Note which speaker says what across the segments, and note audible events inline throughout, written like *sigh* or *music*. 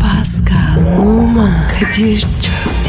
Speaker 1: Pascal, Oman, Kadir çok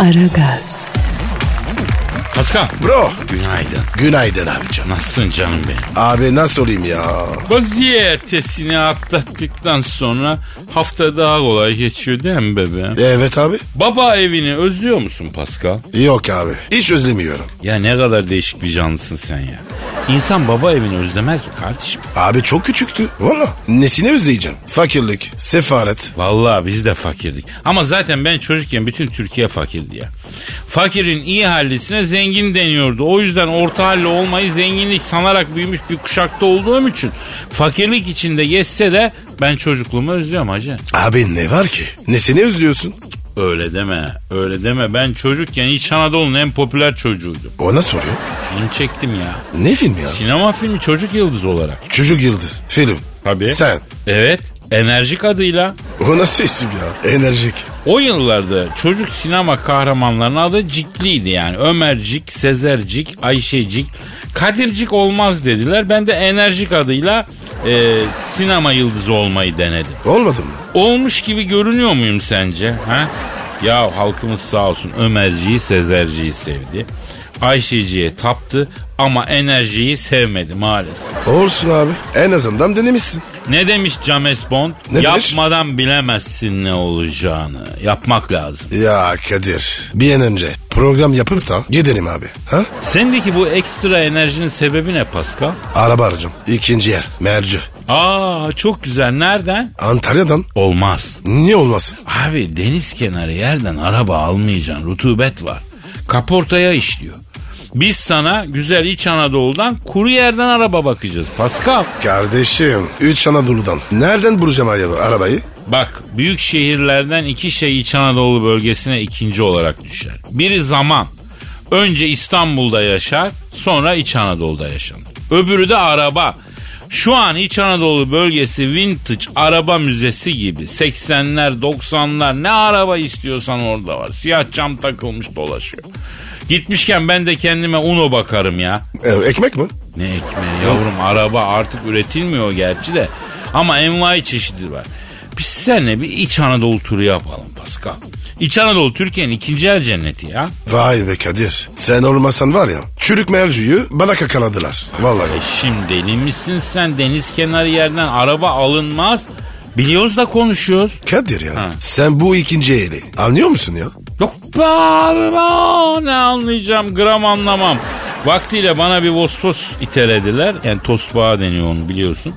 Speaker 1: Aragaz,
Speaker 2: Paskal.
Speaker 3: Bro.
Speaker 2: Günaydın.
Speaker 3: Günaydın abicim.
Speaker 2: Nasılsın canım benim?
Speaker 3: Abi nasıl olayım ya?
Speaker 2: Vaziyetesini atlattıktan sonra hafta daha kolay geçiyor değil mi bebeğim?
Speaker 3: Evet abi.
Speaker 2: Baba evini özlüyor musun Pascal?
Speaker 3: Yok abi. Hiç özlemiyorum.
Speaker 2: Ya ne kadar değişik bir canlısın sen ya. İnsan baba evini özlemez mi kardeşim?
Speaker 3: Abi çok küçüktü. Valla. Nesini özleyeceğim? Fakirlik, sefalet.
Speaker 2: Vallahi biz de fakirdik. Ama zaten ben çocukken bütün Türkiye fakirdi ya. Fakirin iyi hallisine zengin deniyordu. O yüzden orta halli olmayı zenginlik sanarak büyümüş bir kuşakta olduğum için fakirlik içinde geçse de ben çocukluğumu özlüyorum hacı.
Speaker 3: Abi ne var ki? Nesini özlüyorsun?
Speaker 2: Öyle deme, öyle deme. Ben çocukken İç Anadolu'nun en popüler çocuğuydum.
Speaker 3: Ona soruyor.
Speaker 2: Film çektim ya.
Speaker 3: Ne film ya?
Speaker 2: Sinema filmi çocuk yıldız olarak.
Speaker 3: Çocuk Yıldız. Film.
Speaker 2: Tabii.
Speaker 3: Sen.
Speaker 2: Evet, enerjik adıyla.
Speaker 3: O nasıl isim ya? Enerjik.
Speaker 2: O yıllarda çocuk sinema kahramanlarının adı Cikli'ydi yani. Ömercik, Sezercik, Ayşecik, Kadircik olmaz dediler. Ben de enerjik adıyla e, sinema yıldızı olmayı denedim.
Speaker 3: Olmadı mı?
Speaker 2: Olmuş gibi görünüyor muyum sence? Ha? Ya halkımız sağ olsun Ömerciyi, Sezerciyi sevdi. Ayşeci'ye taptı ama enerjiyi sevmedi maalesef.
Speaker 3: Olsun abi. En azından denemişsin.
Speaker 2: Ne demiş James Bond?
Speaker 3: Ne demiş?
Speaker 2: Yapmadan bilemezsin ne olacağını. Yapmak lazım.
Speaker 3: Ya Kadir. Bir an önce program yapıp da gidelim abi. Ha?
Speaker 2: Sendeki bu ekstra enerjinin sebebi ne Pascal?
Speaker 3: Araba aracım. İkinci yer. Merci.
Speaker 2: Aa çok güzel. Nereden?
Speaker 3: Antalya'dan.
Speaker 2: Olmaz.
Speaker 3: Niye olmasın?
Speaker 2: Abi deniz kenarı yerden araba almayacaksın. Rutubet var. Kaportaya işliyor. Biz sana güzel İç Anadolu'dan kuru yerden araba bakacağız Pascal.
Speaker 3: Kardeşim. Üç Anadolu'dan. Nereden bulacağım acaba arabayı?
Speaker 2: Bak büyük şehirlerden iki şey İç Anadolu bölgesine ikinci olarak düşer. Biri zaman. Önce İstanbul'da yaşar sonra İç Anadolu'da yaşanır. Öbürü de araba. Şu an İç Anadolu bölgesi vintage araba müzesi gibi. 80'ler 90'lar ne araba istiyorsan orada var. Siyah cam takılmış dolaşıyor. Gitmişken ben de kendime Uno bakarım ya.
Speaker 3: Ee, ekmek mi?
Speaker 2: Ne ekmeği yavrum araba artık üretilmiyor gerçi de ama envai çeşidi var. Biz seninle bir İç Anadolu turu yapalım Pascal. İç Anadolu Türkiye'nin ikinci el cenneti ya.
Speaker 3: Vay be Kadir. Sen olmasan var ya. Çürük mercüyü bana kakaladılar. Vallahi.
Speaker 2: E şimdi deli misin sen deniz kenarı yerden araba alınmaz. Biliyoruz da konuşuyoruz.
Speaker 3: Kadir ya.
Speaker 2: Ha.
Speaker 3: Sen bu ikinci eli anlıyor musun ya?
Speaker 2: Yok be abi, aa, ne anlayacağım gram anlamam. Vaktiyle bana bir vostos itelediler. Yani tosbağa deniyor onu biliyorsun.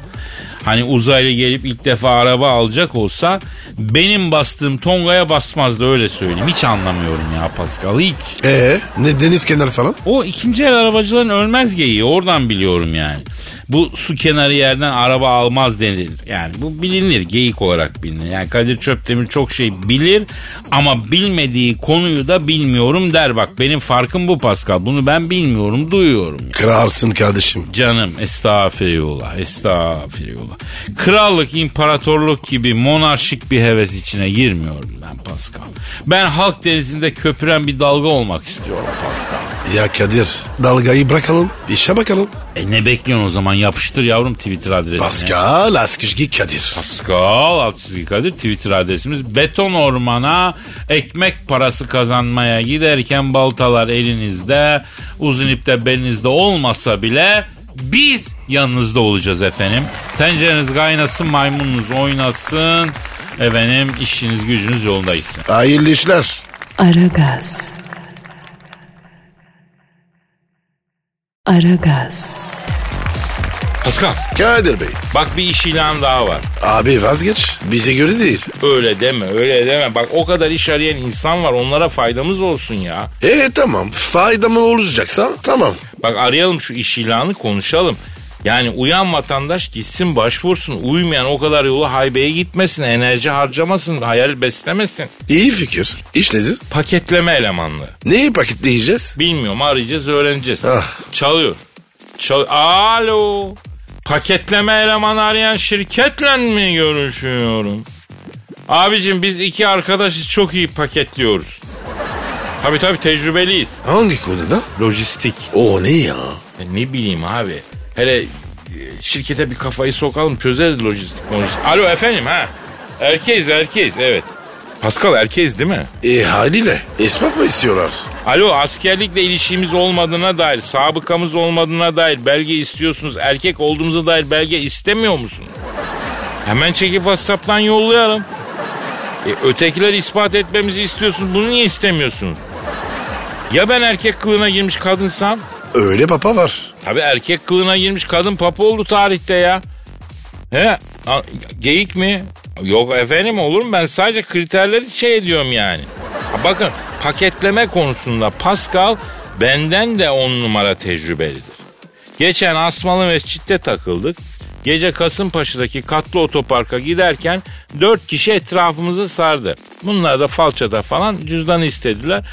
Speaker 2: Hani uzaylı gelip ilk defa araba alacak olsa benim bastığım tongaya basmazdı öyle söyleyeyim. Hiç anlamıyorum ya Pascal hiç.
Speaker 3: Ee, ne deniz kenarı falan?
Speaker 2: O ikinci el arabacıların ölmez geyiği oradan biliyorum yani. Bu su kenarı yerden araba almaz denir. Yani bu bilinir geyik olarak bilinir. Yani Kadir Çöptemir çok şey bilir ama bilmediği konuyu da bilmiyorum der. Bak benim farkım bu Pascal bunu ben bilmiyorum duyuyorum. ya.
Speaker 3: Kırarsın kardeşim.
Speaker 2: Canım estağfirullah estağfirullah. Krallık imparatorluk gibi monarşik bir heves içine girmiyorum ben Pascal. Ben halk denizinde köpüren bir dalga olmak istiyorum Pascal.
Speaker 3: Ya Kadir dalgayı bırakalım işe bakalım.
Speaker 2: E ne bekliyorsun o zaman? Yapıştır yavrum Twitter adresine.
Speaker 3: Pascal Askışgi Kadir.
Speaker 2: Pascal Askizgi Kadir Twitter adresimiz. Beton ormana ekmek parası kazanmaya giderken baltalar elinizde, uzun ipte belinizde olmasa bile biz yanınızda olacağız efendim. Tencereniz kaynasın, maymununuz oynasın. Efendim işiniz gücünüz yolunda gitsin.
Speaker 3: Hayırlı işler.
Speaker 1: Aragaz. Aragaz,
Speaker 2: Pascal
Speaker 3: Kadir Bey.
Speaker 2: bak bir iş ilanı daha var.
Speaker 3: Abi vazgeç. Bize göre değil.
Speaker 2: Öyle deme öyle deme. Bak o kadar iş arayan insan var onlara faydamız olsun ya.
Speaker 3: E tamam. Fayda mı olacaksa tamam.
Speaker 2: Bak arayalım şu iş ilanı konuşalım. Yani uyan vatandaş gitsin başvursun. Uymayan o kadar yolu haybeye gitmesin. Enerji harcamasın. Hayal beslemesin.
Speaker 3: İyi fikir. İş nedir?
Speaker 2: Paketleme elemanlığı.
Speaker 3: Neyi paketleyeceğiz?
Speaker 2: Bilmiyorum arayacağız öğreneceğiz.
Speaker 3: Ah.
Speaker 2: Çalıyor. Çal Alo. Paketleme elemanı arayan şirketle mi görüşüyorum? Abicim biz iki arkadaşı çok iyi paketliyoruz. Tabii tabii tecrübeliyiz.
Speaker 3: Hangi konuda?
Speaker 2: Lojistik.
Speaker 3: O ne ya?
Speaker 2: E, ne bileyim abi. Hele e, şirkete bir kafayı sokalım çözeriz lojistik lojistik. Alo efendim ha. Erkeğiz erkeğiz evet. Pascal erkeğiz değil mi?
Speaker 3: E haliyle esnaf mı istiyorlar?
Speaker 2: Alo askerlikle ilişkimiz olmadığına dair, sabıkamız olmadığına dair belge istiyorsunuz. Erkek olduğumuza dair belge istemiyor musun? Hemen çekip WhatsApp'tan yollayalım. E, ötekiler ispat etmemizi istiyorsun. Bunu niye istemiyorsun? Ya ben erkek kılığına girmiş kadınsam?
Speaker 3: Öyle papa var.
Speaker 2: Tabii erkek kılığına girmiş kadın papa oldu tarihte ya. He? a- Geyik mi? Yok efendim olur mu? Ben sadece kriterleri şey ediyorum yani. Ha bakın paketleme konusunda Pascal benden de on numara tecrübelidir. Geçen Asmalı Mescid'de takıldık. Gece Kasımpaşa'daki katlı otoparka giderken dört kişi etrafımızı sardı. Bunlar da falçada falan cüzdanı istediler.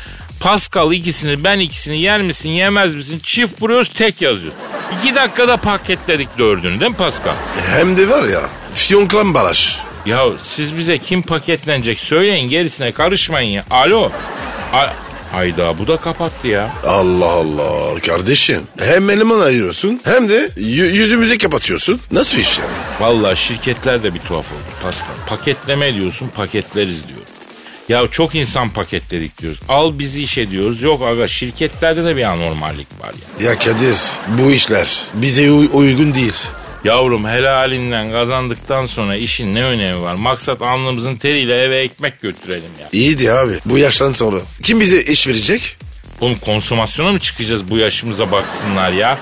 Speaker 2: Pascal ikisini ben ikisini yer misin yemez misin çift vuruyoruz tek yazıyoruz. İki dakikada paketledik dördünü değil mi Pascal?
Speaker 3: Hem de var ya fiyonklan baraj.
Speaker 2: Ya siz bize kim paketlenecek söyleyin gerisine karışmayın ya. Alo. A- Hayda bu da kapattı ya.
Speaker 3: Allah Allah kardeşim. Hem eleman ayırıyorsun hem de yü- yüzümüze kapatıyorsun. Nasıl iş yani?
Speaker 2: Vallahi şirketler de bir tuhaf oldu Pascal. Paketleme diyorsun paketleriz diyor. Ya çok insan paketledik diyoruz. Al bizi işe diyoruz. Yok aga şirketlerde de bir anormallik var ya.
Speaker 3: Ya Kadir bu işler bize uy- uygun değil.
Speaker 2: Yavrum helalinden kazandıktan sonra işin ne önemi var? Maksat alnımızın teriyle eve ekmek götürelim ya.
Speaker 3: İyiydi abi bu yaştan sonra. Kim bize iş verecek?
Speaker 2: Oğlum konsomasyona mı çıkacağız bu yaşımıza baksınlar ya?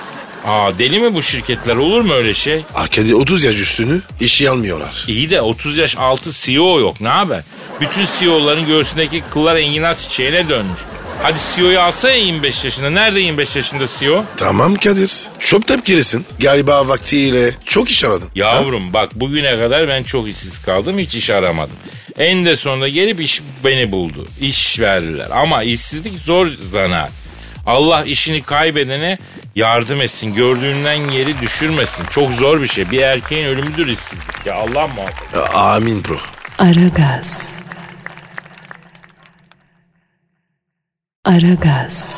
Speaker 2: Aa deli mi bu şirketler olur mu öyle şey?
Speaker 3: Ah Kadir 30 yaş üstünü işi almıyorlar.
Speaker 2: İyi de 30 yaş altı CEO yok ne haber? Bütün CEO'ların göğsündeki kıllar enginar çiçeğine dönmüş. Hadi CEO'yu alsana 25 yaşında. Nerede 25 yaşında E CEO?
Speaker 3: Tamam Kadir. Çok tepkilisin. Galiba vaktiyle çok iş aradın. Ha?
Speaker 2: Yavrum bak bugüne kadar ben çok işsiz kaldım hiç iş aramadım. En de sonunda gelip iş beni buldu. İş verdiler ama işsizlik zor zanaat. Allah işini kaybedene yardım etsin. Gördüğünden geri düşürmesin. Çok zor bir şey. Bir erkeğin ölümüdür işsizlik. Ya Allah muhafaza.
Speaker 3: A- Amin bro.
Speaker 1: Aragaz. Aragaz.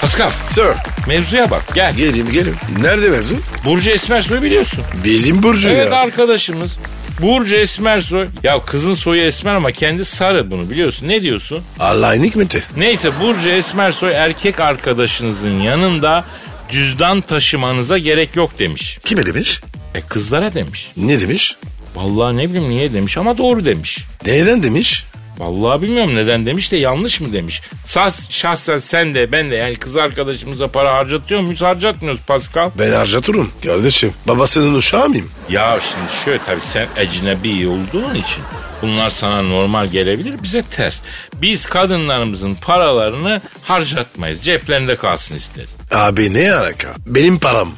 Speaker 2: Pascal
Speaker 3: Sir.
Speaker 2: mevzuya bak gel.
Speaker 3: Gelim gelim. Nerede mevzu?
Speaker 2: Burcu Esmersoy'u biliyorsun.
Speaker 3: Bizim Burcu
Speaker 2: Evet
Speaker 3: ya.
Speaker 2: arkadaşımız. Burcu Esmersoy. Ya kızın soyu Esmer ama kendi sarı bunu biliyorsun. Ne diyorsun?
Speaker 3: Allah'ın hikmeti.
Speaker 2: Neyse Burcu Esmersoy erkek arkadaşınızın yanında cüzdan taşımanıza gerek yok demiş.
Speaker 3: Kime demiş?
Speaker 2: E kızlara demiş.
Speaker 3: Ne demiş?
Speaker 2: Vallahi ne bileyim niye demiş ama doğru demiş.
Speaker 3: Neden demiş?
Speaker 2: Vallahi bilmiyorum neden demiş de yanlış mı demiş. Sas, şahsen sen de ben de yani kız arkadaşımıza para harcatıyor muyuz harcatmıyoruz Pascal.
Speaker 3: Ben harcatırım kardeşim. Babasının uşağı mıyım?
Speaker 2: Ya şimdi şöyle tabii sen ecnebi olduğun için bunlar sana normal gelebilir bize ters. Biz kadınlarımızın paralarını harcatmayız. Ceplerinde kalsın isteriz.
Speaker 3: Abi ne alaka? Benim param.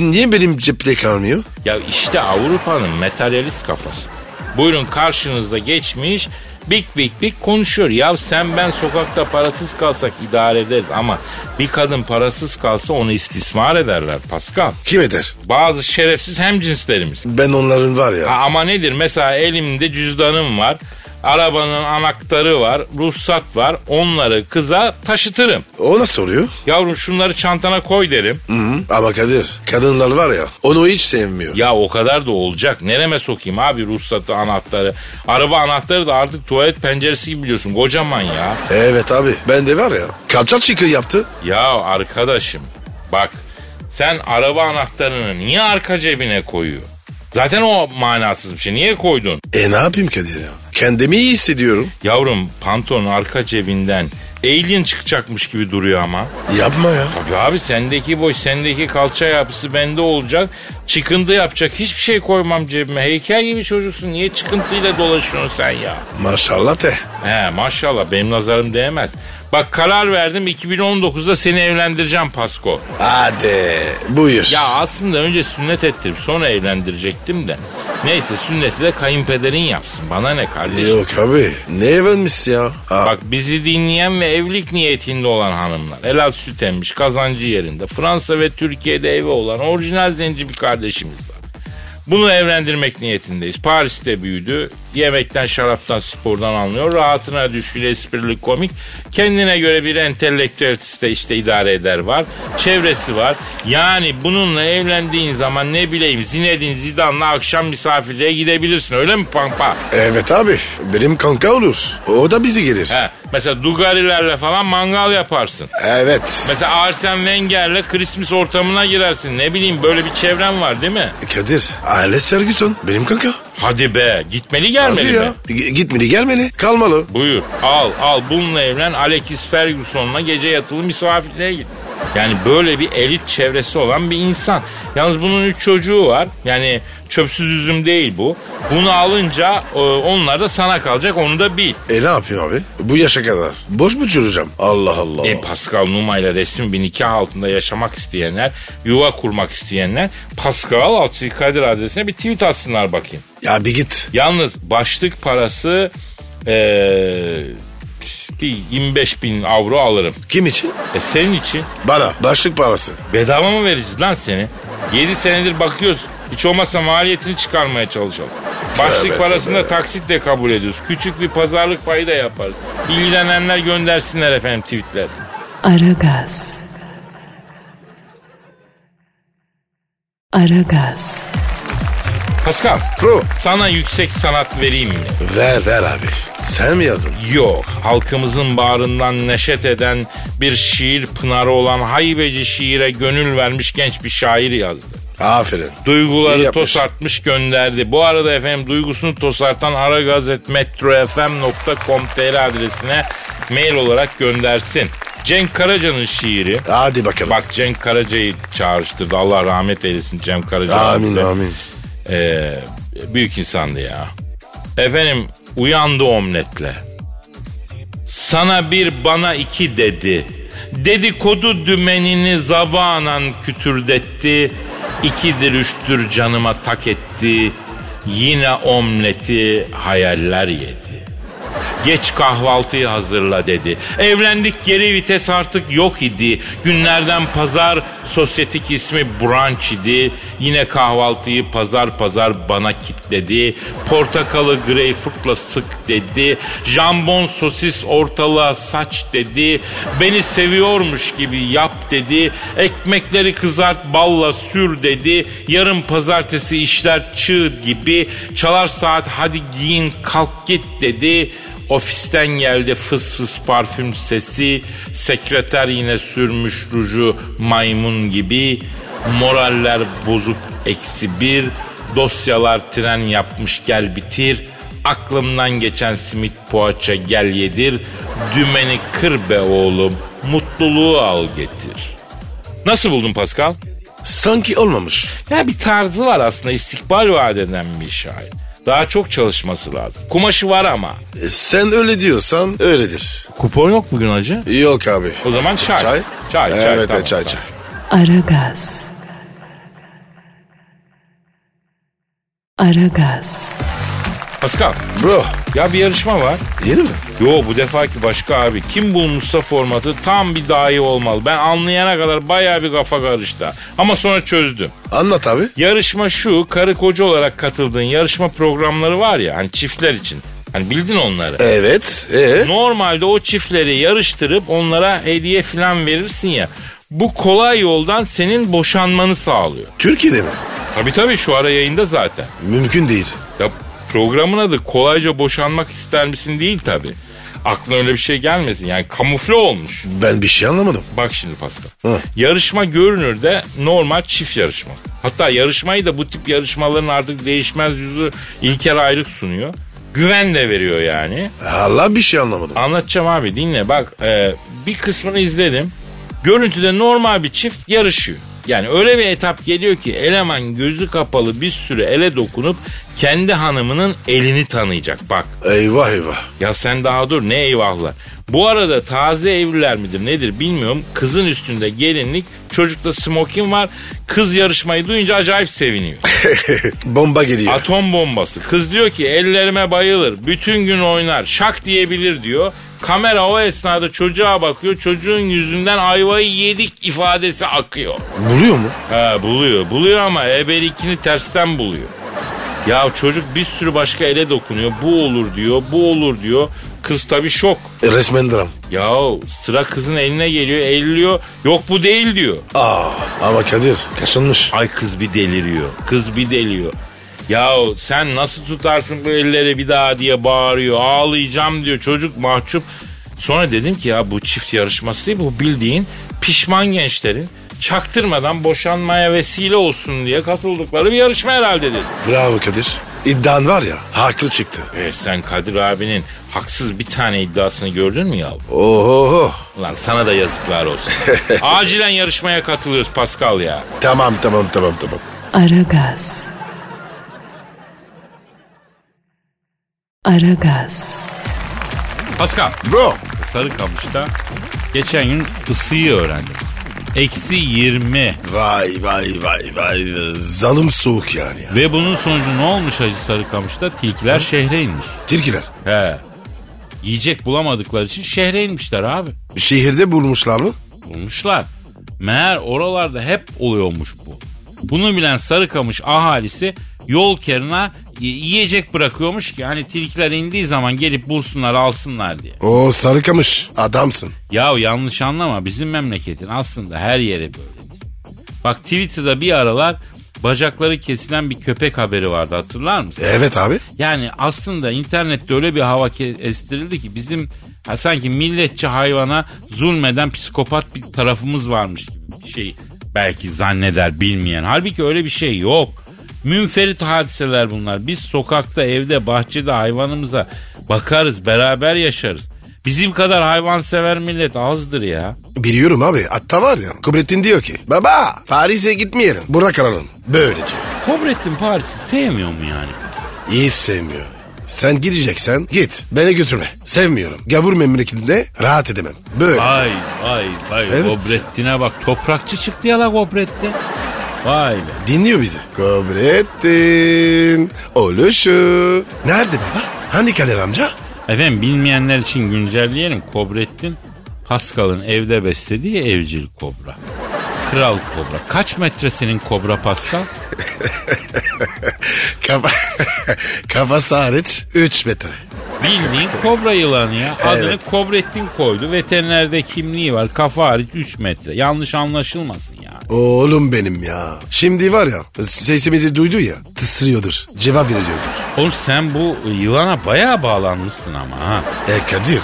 Speaker 3: Niye benim cepte kalmıyor?
Speaker 2: Ya işte Avrupa'nın materyalist kafası. Buyurun karşınızda geçmiş bik bik bik konuşuyor. Ya sen ben sokakta parasız kalsak idare ederiz ama bir kadın parasız kalsa onu istismar ederler Pascal.
Speaker 3: Kim eder?
Speaker 2: Bazı şerefsiz hemcinslerimiz.
Speaker 3: Ben onların var ya.
Speaker 2: Ha, ama nedir? Mesela elimde cüzdanım var. Arabanın anahtarı var, ruhsat var. Onları kıza taşıtırım.
Speaker 3: O nasıl oluyor?
Speaker 2: Yavrum şunları çantana koy derim.
Speaker 3: Hı. Ama Kadir kadınlar var ya onu hiç sevmiyor.
Speaker 2: Ya o kadar da olacak. Nereme sokayım abi ruhsatı, anahtarı. Araba anahtarı da artık tuvalet penceresi gibi biliyorsun. Kocaman ya.
Speaker 3: Evet abi ben de var ya. Kapçak çıkı yaptı.
Speaker 2: Ya arkadaşım bak sen araba anahtarını niye arka cebine koyuyor? Zaten o manasız bir şey. Niye koydun?
Speaker 3: E ne yapayım Kadir ya? Kendimi iyi hissediyorum.
Speaker 2: Yavrum pantolonun arka cebinden alien çıkacakmış gibi duruyor ama.
Speaker 3: Yapma ya.
Speaker 2: Tabii abi sendeki boş, sendeki kalça yapısı bende olacak. Çıkıntı yapacak. Hiçbir şey koymam cebime. Heykel gibi çocuksun. Niye çıkıntıyla dolaşıyorsun sen ya?
Speaker 3: Maşallah te.
Speaker 2: He maşallah benim nazarım değmez. Bak karar verdim 2019'da seni evlendireceğim Pasko.
Speaker 3: Hadi buyur.
Speaker 2: Ya aslında önce sünnet ettirip sonra evlendirecektim de. Neyse sünneti de kayınpederin yapsın. Bana ne kardeşim?
Speaker 3: Yok abi ne evlenmiş ya? Ha,
Speaker 2: Bak bizi dinleyen ve evlilik niyetinde olan hanımlar. Helal süt emmiş, kazancı yerinde. Fransa ve Türkiye'de evi olan orijinal zenci bir kardeşimiz var. Bunu evlendirmek niyetindeyiz. Paris'te büyüdü. Yemekten, şaraptan, spordan anlıyor. Rahatına düşkün, esprili, komik. Kendine göre bir entelektüelist de işte idare eder var. Çevresi var. Yani bununla evlendiğin zaman ne bileyim Zinedine Zidane'la akşam misafirliğe gidebilirsin. Öyle mi Pampa?
Speaker 3: Evet abi benim kanka olur. O da bizi gelir.
Speaker 2: He. Mesela Dugarilerle falan mangal yaparsın.
Speaker 3: Evet.
Speaker 2: Mesela Arsene Wenger'le Christmas ortamına girersin. Ne bileyim böyle bir çevren var değil mi?
Speaker 3: Kadir aile Sergison benim kanka.
Speaker 2: Hadi be gitmeli gelmeli
Speaker 3: Abi
Speaker 2: mi?
Speaker 3: ya. G- gitmeli gelmeli kalmalı.
Speaker 2: Buyur al al bununla evlen Alexis Ferguson'la gece yatılı misafirliğe git. Yani böyle bir elit çevresi olan bir insan. Yalnız bunun üç çocuğu var. Yani çöpsüz üzüm değil bu. Bunu alınca e, onlar da sana kalacak onu da bil.
Speaker 3: E ne yapayım abi? Bu yaşa kadar. Boş mu çürüyeceğim? Allah Allah.
Speaker 2: E Pascal Numa ile resmi bir nikah altında yaşamak isteyenler, yuva kurmak isteyenler Pascal Alçı Kadir adresine bir tweet atsınlar bakayım.
Speaker 3: ya bir git.
Speaker 2: Yalnız başlık parası e, bir 25 bin avro alırım.
Speaker 3: Kim için?
Speaker 2: E senin için
Speaker 3: Bana. Başlık parası.
Speaker 2: bedava mı vereceğiz lan seni? 7 senedir bakıyoruz. Hiç olmazsa maliyetini çıkarmaya çalışalım.
Speaker 3: Tövbe,
Speaker 2: Başlık parasında
Speaker 3: tövbe.
Speaker 2: taksit de kabul ediyoruz. Küçük bir pazarlık payı da yaparız. İlgilenenler göndersinler efendim tweetler.
Speaker 1: Aragaz. Aragaz.
Speaker 2: Pascal.
Speaker 3: Pro.
Speaker 2: Sana yüksek sanat vereyim mi?
Speaker 3: Ver ver abi. Sen mi yazdın?
Speaker 2: Yok. Halkımızın bağrından neşet eden bir şiir pınarı olan haybeci şiire gönül vermiş genç bir şair yazdı.
Speaker 3: Aferin. İyi
Speaker 2: Duyguları
Speaker 3: yapmış.
Speaker 2: tosartmış gönderdi. Bu arada efendim duygusunu tosartan aragazetmetrofm.com.tr adresine mail olarak göndersin. Cenk Karaca'nın şiiri.
Speaker 3: Hadi bakalım.
Speaker 2: Bak Cenk Karaca'yı çağrıştırdı. Allah rahmet eylesin Cem Karaca.
Speaker 3: Amin
Speaker 2: abimize.
Speaker 3: amin.
Speaker 2: Ee, büyük insandı ya. Efendim uyandı omletle. Sana bir bana iki dedi. Dedikodu dümenini zabanan kütürdetti. İkidir üçtür canıma tak etti. Yine omleti hayaller yedi. Geç kahvaltıyı hazırla dedi. Evlendik geri vites artık yok idi. Günlerden pazar sosyetik ismi brunch idi. Yine kahvaltıyı pazar pazar bana kitledi. Portakalı greyfurtla sık dedi. Jambon sosis ortalığa saç dedi. Beni seviyormuş gibi yap dedi. Ekmekleri kızart balla sür dedi. Yarın pazartesi işler çığ gibi. Çalar saat hadi giyin kalk git dedi. Ofisten geldi fıssız parfüm sesi. Sekreter yine sürmüş ruju maymun gibi. Moraller bozuk eksi bir. Dosyalar tren yapmış gel bitir. Aklımdan geçen simit poğaça gel yedir. Dümeni kır be oğlum. Mutluluğu al getir. Nasıl buldun Pascal?
Speaker 3: Sanki olmamış.
Speaker 2: Ya bir tarzı var aslında istikbal vaat eden bir şair. Daha çok çalışması lazım. Kumaşı var ama.
Speaker 3: E, Sen öyle diyorsan öyledir.
Speaker 2: Kupon yok bugün acı.
Speaker 3: Yok abi.
Speaker 2: O zaman çay.
Speaker 3: Çay?
Speaker 2: Çay, çay.
Speaker 3: Evet
Speaker 2: tamam,
Speaker 3: evet, çay
Speaker 2: tamam.
Speaker 3: çay.
Speaker 1: Aragaz. Aragaz.
Speaker 2: Pascal,
Speaker 3: Bro
Speaker 2: ya bir yarışma var.
Speaker 3: yeni mi?
Speaker 2: Yo bu defaki başka abi. Kim bulmuşsa formatı tam bir dahi olmalı. Ben anlayana kadar bayağı bir kafa karıştı. Ama sonra çözdüm.
Speaker 3: Anlat abi.
Speaker 2: Yarışma şu, karı koca olarak katıldığın yarışma programları var ya hani çiftler için. Hani bildin onları.
Speaker 3: Evet. Ee?
Speaker 2: Normalde o çiftleri yarıştırıp onlara hediye filan verirsin ya. Bu kolay yoldan senin boşanmanı sağlıyor.
Speaker 3: Türkiye'de mi?
Speaker 2: Tabii tabii şu ara yayında zaten.
Speaker 3: Mümkün değil.
Speaker 2: Ya programın adı kolayca boşanmak ister misin değil tabi. Aklına öyle bir şey gelmesin. Yani kamufle olmuş.
Speaker 3: Ben bir şey anlamadım.
Speaker 2: Bak şimdi Pascal.
Speaker 3: Hı.
Speaker 2: Yarışma görünür de normal çift yarışma. Hatta yarışmayı da bu tip yarışmaların artık değişmez yüzü İlker Ayrık sunuyor. Güven de veriyor yani.
Speaker 3: Allah bir şey anlamadım.
Speaker 2: Anlatacağım abi dinle bak e, bir kısmını izledim. Görüntüde normal bir çift yarışıyor. Yani öyle bir etap geliyor ki eleman gözü kapalı bir sürü ele dokunup Kendi hanımının elini tanıyacak bak.
Speaker 3: Eyvah eyvah. *laughs*
Speaker 2: Ya sen daha dur ne eyvahlar. Bu arada taze evliler midir nedir bilmiyorum. Kızın üstünde gelinlik çocukta smokin var. Kız yarışmayı duyunca acayip seviniyor.
Speaker 3: Bomba geliyor.
Speaker 2: Atom bombası. Kız diyor ki ellerime bayılır. Bütün gün oynar. Şak diyebilir diyor. Kamera o esnada çocuğa bakıyor. Çocuğun yüzünden ayvayı yedik ifadesi akıyor.
Speaker 3: Buluyor mu?
Speaker 2: Ha buluyor. Buluyor ama eberikini tersten buluyor. Ya çocuk bir sürü başka ele dokunuyor. Bu olur diyor, bu olur diyor. Kız tabii şok.
Speaker 3: E, resmen dram.
Speaker 2: Ya sıra kızın eline geliyor, elliyor. Yok bu değil diyor.
Speaker 3: Aa, ama Kadir kaşınmış.
Speaker 2: Ay kız bir deliriyor. Kız bir deliyor. Yahu sen nasıl tutarsın bu elleri bir daha diye bağırıyor. Ağlayacağım diyor. Çocuk mahcup. Sonra dedim ki ya bu çift yarışması değil bu bildiğin pişman gençlerin çaktırmadan boşanmaya vesile olsun diye katıldıkları bir yarışma herhalde dedim.
Speaker 3: Bravo Kadir. İddian var ya haklı çıktı.
Speaker 2: E sen Kadir abinin haksız bir tane iddiasını gördün mü ya?
Speaker 3: Oho.
Speaker 2: Ulan sana da yazıklar *laughs* olsun. Acilen yarışmaya katılıyoruz Pascal ya.
Speaker 3: Tamam tamam tamam tamam.
Speaker 1: Aragaz. Aragaz.
Speaker 2: Pascal.
Speaker 3: Bro
Speaker 2: Sarıkamış'ta geçen gün ısıyı öğrendim. Eksi 20
Speaker 3: Vay vay vay vay. Zalım soğuk yani. ya.
Speaker 2: ve bunun sonucu ne olmuş Hacı Sarıkamış'ta? Tilkiler şehre inmiş.
Speaker 3: Tilkiler.
Speaker 2: He. Yiyecek bulamadıkları için şehre inmişler abi.
Speaker 3: Şehirde bulmuşlar mı?
Speaker 2: Bulmuşlar. Meğer oralarda hep oluyormuş bu. Bunu bilen Sarıkamış ahalisi yol kenarına y- yiyecek bırakıyormuş ki hani tilkiler indiği zaman gelip bulsunlar alsınlar diye.
Speaker 3: O sarıkamış. Adamsın.
Speaker 2: Ya yanlış anlama bizim memleketin aslında her yere böyledir. Bak Twitter'da bir aralar bacakları kesilen bir köpek haberi vardı hatırlar mısın?
Speaker 3: Evet abi.
Speaker 2: Yani aslında internette öyle bir hava ke- estirildi ki bizim ha sanki milletçe hayvana zulmeden psikopat bir tarafımız varmış gibi bir şey belki zanneder bilmeyen. Halbuki öyle bir şey yok. Münferit hadiseler bunlar. Biz sokakta, evde, bahçede hayvanımıza bakarız, beraber yaşarız. Bizim kadar hayvansever millet azdır ya.
Speaker 3: Biliyorum abi. Hatta var ya. Kubrettin diyor ki. Baba Paris'e gitmeyelim. Burak alalım. Böyle diyor.
Speaker 2: Kobrettin Paris'i sevmiyor mu yani?
Speaker 3: Hiç sevmiyor. Sen gideceksen git. Beni götürme. Sevmiyorum. Gavur memleketinde rahat edemem. Böyle.
Speaker 2: Vay vay vay
Speaker 3: Evet.
Speaker 2: Kobrettin'e bak toprakçı çıktı ya la Kobrettin. Vay be.
Speaker 3: Dinliyor bizi. Kobrettin. Oluşu. Nerede baba? Hani Kader amca?
Speaker 2: Efendim bilmeyenler için güncelleyelim. Kobrettin Pascal'ın evde beslediği evcil kobra. Kral kobra. Kaç metresinin kobra Pascal?
Speaker 3: Kafa... *laughs* Kafası hariç 3 metre.
Speaker 2: Bildiğin kobra yılanı ya. Adını Kobrettin koydu. Veterinerde kimliği var. Kafa hariç 3 metre. Yanlış anlaşılmasın yani.
Speaker 3: Oğlum benim ya. Şimdi var ya sesimizi duydu ya tısırıyordur. Cevap veriyordur.
Speaker 2: Oğlum sen bu yılana bayağı bağlanmışsın ama ha.
Speaker 3: E Kadir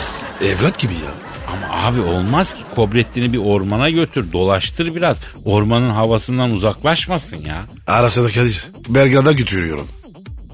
Speaker 3: evlat gibi ya.
Speaker 2: Ama abi olmaz ki Kobrettin'i bir ormana götür dolaştır biraz. Ormanın havasından uzaklaşmasın ya.
Speaker 3: Arasada Kadir. Belgrad'a götürüyorum.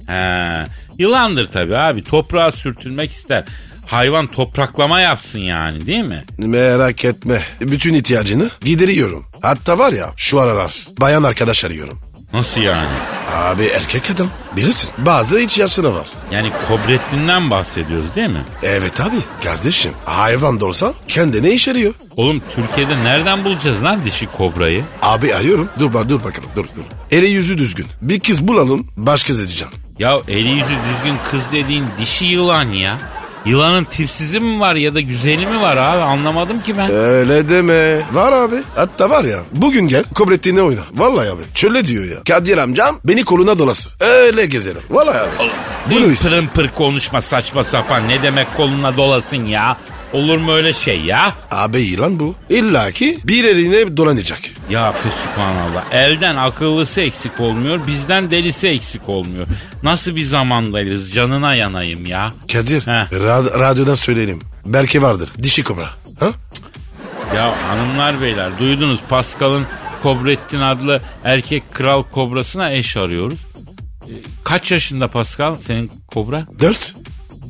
Speaker 2: He, yılandır tabii abi toprağa sürtülmek ister. Hayvan topraklama yapsın yani değil mi?
Speaker 3: Merak etme. Bütün ihtiyacını gideriyorum. Hatta var ya şu aralar bayan arkadaş arıyorum.
Speaker 2: Nasıl yani?
Speaker 3: Abi erkek adam bilirsin. Bazı ihtiyaçları var.
Speaker 2: Yani Kobrettin'den bahsediyoruz değil mi?
Speaker 3: Evet abi kardeşim hayvan da olsa kendine iş arıyor.
Speaker 2: Oğlum Türkiye'de nereden bulacağız lan dişi kobrayı?
Speaker 3: Abi arıyorum. Dur bak dur bakalım dur dur. Eli yüzü düzgün. Bir kız bulalım baş kız edeceğim.
Speaker 2: Ya eli yüzü düzgün kız dediğin dişi yılan ya. Yılanın tipsizi mi var ya da güzeli mi var abi anlamadım ki
Speaker 3: Ee,
Speaker 2: ben.
Speaker 3: Öyle deme. Var abi. Hatta var ya. Bugün gel Kobrettin'le oyna. Vallahi abi. Şöyle diyor ya. Kadir amcam beni koluna dolasın. Öyle gezelim. Vallahi abi. Bunu
Speaker 2: Dur
Speaker 3: is-
Speaker 2: pırın pır konuşma saçma sapan ne demek koluna dolasın ya. Olur mu öyle şey ya?
Speaker 3: Abi yılan bu. İlla ki bir eline dolanacak.
Speaker 2: Ya fesubhanallah elden akıllısı eksik olmuyor bizden delisi eksik olmuyor. Nasıl bir zamandayız canına yanayım ya.
Speaker 3: Kadir
Speaker 2: He.
Speaker 3: ra- radyodan söyleyelim. Belki vardır. Dişi kobra. Ha?
Speaker 2: Ya hanımlar beyler duydunuz Pascal'ın Kobrettin adlı erkek kral kobrasına eş arıyoruz. Ee, Kaç yaşında Pascal senin kobra?
Speaker 3: Dört.